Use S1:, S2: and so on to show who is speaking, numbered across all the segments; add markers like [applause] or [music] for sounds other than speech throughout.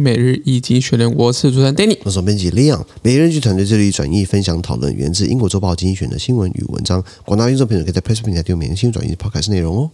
S1: 每日易经学人，我是主持人 Danny。
S2: 我是总编辑 Leon，每日剧团队致力于转译、分享、讨论源自英国周报精选的新闻与文章。广大听众朋友可以在 Press 平台订阅每日新闻转译 Podcast 内容哦。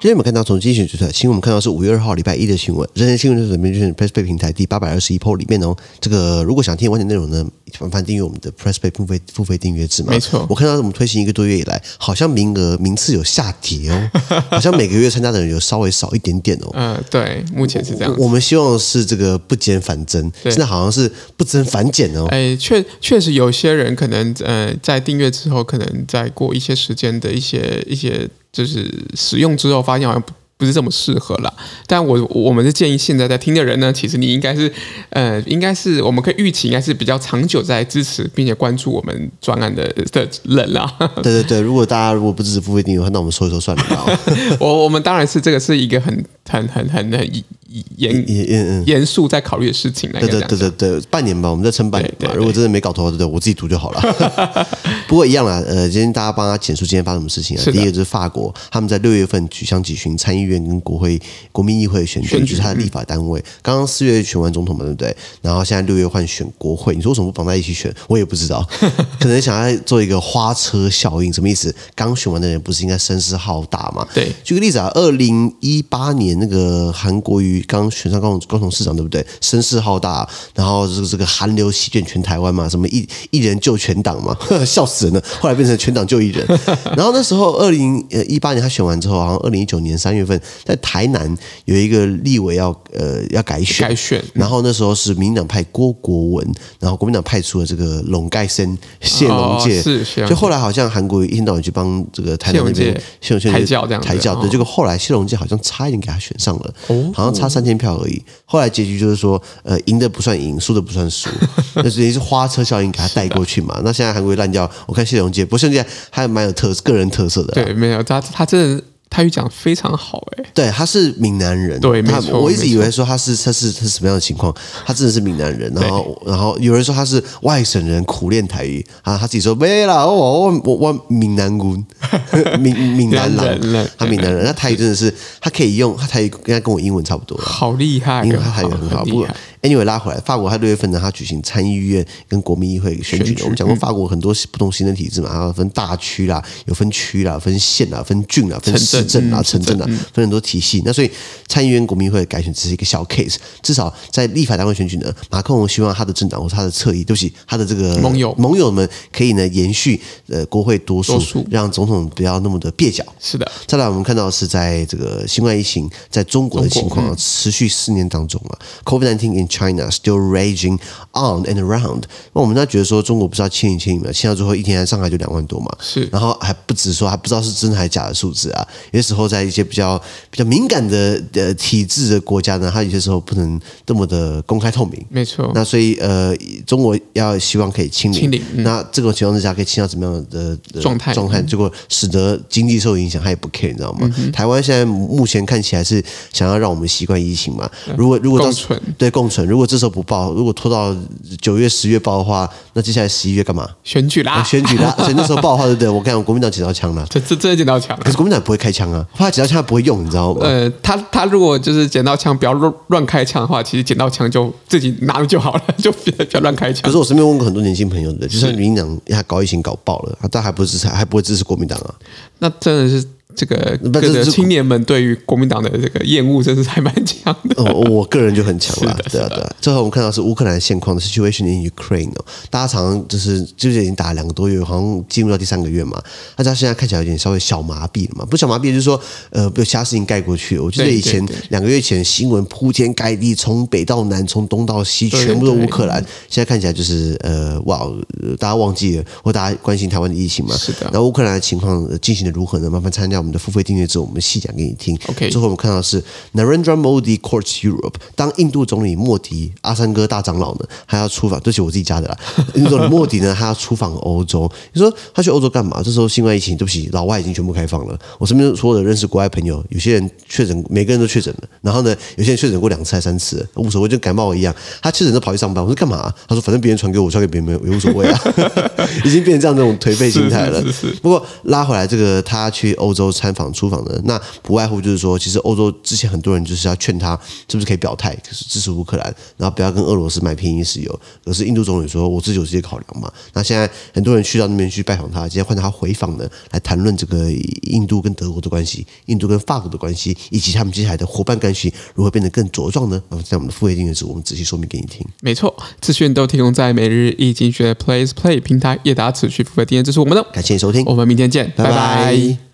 S2: 今天我们看到从精选主的新闻，我们看到是五月二号礼拜一的新闻，人人新闻的准备就是 Press Play 平台第八百二十一 p 里面哦。这个如果想听完整内容呢，麻烦订阅我们的 Press Play 付费付费订阅制嘛。
S1: 没错
S2: 我看到我们推行一个多月以来，好像名额名次有下跌哦，好像每个月参加的人有稍微少一点点哦。
S1: 呃，对，目前是这样
S2: 我。我们希望是这个不减反增，
S1: 对
S2: 现在好像是不增反减哦。
S1: 哎，确确实有些人可能呃，在订阅之后，可能在过一些时间的一些一些就是使用之后，发现好像不不是这么适合啦。但我我们是建议现在在听的人呢，其实你应该是呃，应该是我们可以预期，应该是比较长久在支持并且关注我们专案的的人啦。 [laughs]
S2: [laughs] 对对对，如果大家如果不支持付费订阅的话，那我们收一收算了吧、
S1: [laughs]
S2: 哦。
S1: 我我们当然是这个是一个很很很很很严
S2: 嗯嗯嗯，
S1: 严肃在考虑的事情来
S2: 对
S1: 讲
S2: 对。对对对，半年吧，我们再撑半年
S1: 对
S2: 吧
S1: 对。对
S2: 如果真的没搞头，对对，我自己读就
S1: [laughs]
S2: 好了。不过一样啦，呃，今天大家帮他简述今天发生什么事情啊？
S1: 是的
S2: 第一个就是法国，他们在六月份举相举行参议院跟国会国民议会选举，
S1: 选举嗯
S2: 就是他的立法单位。刚刚四月选完总统嘛，对不对？然后现在六月换选国会，你说为什么不绑在一起选？我也不知道，
S1: [laughs]
S2: 可能想要做一个花车效应，什么意思？刚选完的人不是应该声势浩大吗？
S1: 对
S2: 举个例子啊，二零一八年那个韩国瑜刚选上高雄高雄市长，对不对？声势浩大，啊然后这个这个韩流席卷全台湾嘛，什么一一人救全党嘛， [laughs] 笑死人了。后来变成全党救一人。然后那时候二零呃一八年他选完之后，好像二零一九年三月份在台南有一个立委要呃要改选，
S1: 改选
S2: 然后那时候是民进党派郭国文，然后国民党派出了这个龙盖生谢龙介，
S1: 哦是谢龙介
S2: 就后来好像韩国瑜一天到晚去帮这个台南那边
S1: 谢龙介
S2: 谢
S1: 抬轿这样子
S2: 抬轿，
S1: 哦
S2: 对，结果后来谢龙介好像差一点给他选上了，好像差三千票而已。后来结局就是说，呃，赢的不算赢，输的不算
S1: [laughs]
S2: 输，那等于是花车效应给他带过去嘛。那现在韩国瑜烂掉，我看谢龙介，不过谢龙介还蛮有特个人特色的啦，
S1: 对，没有他，他真的泰语讲得非常好哎、
S2: 对，他是闽南人，
S1: 对
S2: 他
S1: 没错
S2: 我一直
S1: 没错
S2: 以为说他是他是他是什么样的情况，他真的是闽南人，然后然后有人说他是外省人苦练台语啊，他自己说没啦，我我我我闽南人， [laughs] 闽闽南
S1: 闽南人
S2: 人，他闽南人，那台语真的是他可以用，他台语应该跟我英文差不多了。
S1: 好厉害、哦，
S2: 因为他台语很好，
S1: 很
S2: 不
S1: 厉
S2: 过
S1: 害。
S2: anyway 拉回来，法国他六月份呢，他举行参议院跟国民议会选
S1: 选举
S2: 举的。我们讲过法国很多不同行政体制嘛，它有分大区啦，有分区啦，分县啦，分郡啦，分市镇
S1: 嗯
S2: 啦，城镇啦，分很多体系。那所以参议院国民议会改选只是一个小 case，至少在立法单位选举呢，马克龙希望他的政党或是他的侧翼，对不起，他的这个
S1: 盟友
S2: 盟友们可以呢延续呃国会多
S1: 多
S2: 数
S1: 数，
S2: 让总统不要那么的蹩脚。
S1: 是的，
S2: 再来，我们看到的是在这个新冠疫情在中国的情况啊持续四年当中啊，COVID-19 in China still raging on and around。那我们那觉得说中国不是要清零清零嘛，清到最后一天上海就两万多嘛，
S1: 是
S2: 然后还不止说还不知道是真还假的数字啊。有些时候在一些比较比较敏感的呃体制的国家呢，它有些时候不能这么的公开透明。
S1: 没错，
S2: 那所以呃，中国要希望可以清零，
S1: 清零嗯
S2: 那这种情况之下可以清到怎么样的的
S1: 状态嗯
S2: 状态，结果使得经济受影响，他也不 care，你知道吗？台湾现在目前看起来是想要让我们习惯疫情嘛，如果如果
S1: 嗯
S2: 到
S1: 共存
S2: 对共存，如果这时候不报，如果拖到九月、十月报的话，那接下来十一月干嘛？
S1: 选举啦，
S2: 选举
S1: [laughs]
S2: 啦，所以那时候报的话，对不对？我跟你讲，国民党捡到枪了，
S1: 这这真的捡到枪
S2: 可。是国民党不会开枪啊，怕捡到枪他不会用，你知道吗？
S1: 呃，他他如果就是捡到枪，不要乱乱开枪的话，其实捡到枪就自己拿了就好了， [laughs] 就不要不要乱开枪
S2: 可。是我身边问过很多年轻朋友的，就算民进党他搞疫情搞爆了，他但还不支持，还不会支持国民党啊。
S1: 那真的是这个
S2: 那
S1: 各
S2: 这
S1: 个
S2: 是
S1: 青年们对于国民党的这个厌恶，真是还蛮强的。
S2: 哦，我个人就很强了
S1: 是的，
S2: 对啊，对啊。最后我们看到是乌克兰现况的 situation in Ukraine 哦，大家常常就是就是已经打了两个多月，好像进入到第三个月嘛，大家现在看起来有点稍微小麻痹了嘛，不是小麻痹就是说呃被其他事情盖过去了。我记得
S1: 对
S2: 以前
S1: 对对
S2: 两个月前新闻铺天盖地，从北到南，从东到西，
S1: 对
S2: 全部都
S1: 对
S2: 乌克兰。现在看起来就是呃哇，呃大家忘记了或大家关心台湾的疫情嘛，
S1: 是的
S2: 然后乌克兰的情况呃进行的如何呢？麻烦参加我们们的付费订阅制，我们细讲给你听。
S1: OK
S2: 最后我们看到的是 Narendra Modi courts Europe，当印度总理莫迪阿三哥大长老呢，他要出访，这是我自己加的啦。印度总理莫迪呢，他要出访欧洲。你说他去欧洲干嘛？这时候新冠疫情，对不起，老外已经全部开放了。我身边所有的认识国外朋友，有些人确诊，每个人都确诊了。然后呢，有些人确诊过两次还三次，无所谓，就感冒一样。他确诊就跑去上班，我说干嘛、他说反正别人传给我，我传给别人没有也无所谓啊，已经变成这样这种颓废心态了。
S1: 是是是
S2: 不过拉回来，这个他去欧洲参访出访的，那不外乎就是说，其实欧洲之前很多人就是要劝他，是不是可以表态，就是支持乌克兰，然后不要跟俄罗斯买便宜石油。可是印度总理说，我自己有自己的考量嘛。那现在很多人去到那边去拜访他，今天换他回访呢，来谈论这个印度跟德国的关系，印度跟法国的关系，以及他们接下来的伙伴关系如何变得更茁壮呢？那么在我们的付费订阅时，我们仔细说明给你听。
S1: 没错，资讯都提供在每日易经学 Plays Play 平台，也打此去付费订阅支持我们的，
S2: 感谢你收听，
S1: 哦我们明天见，拜拜
S2: 拜拜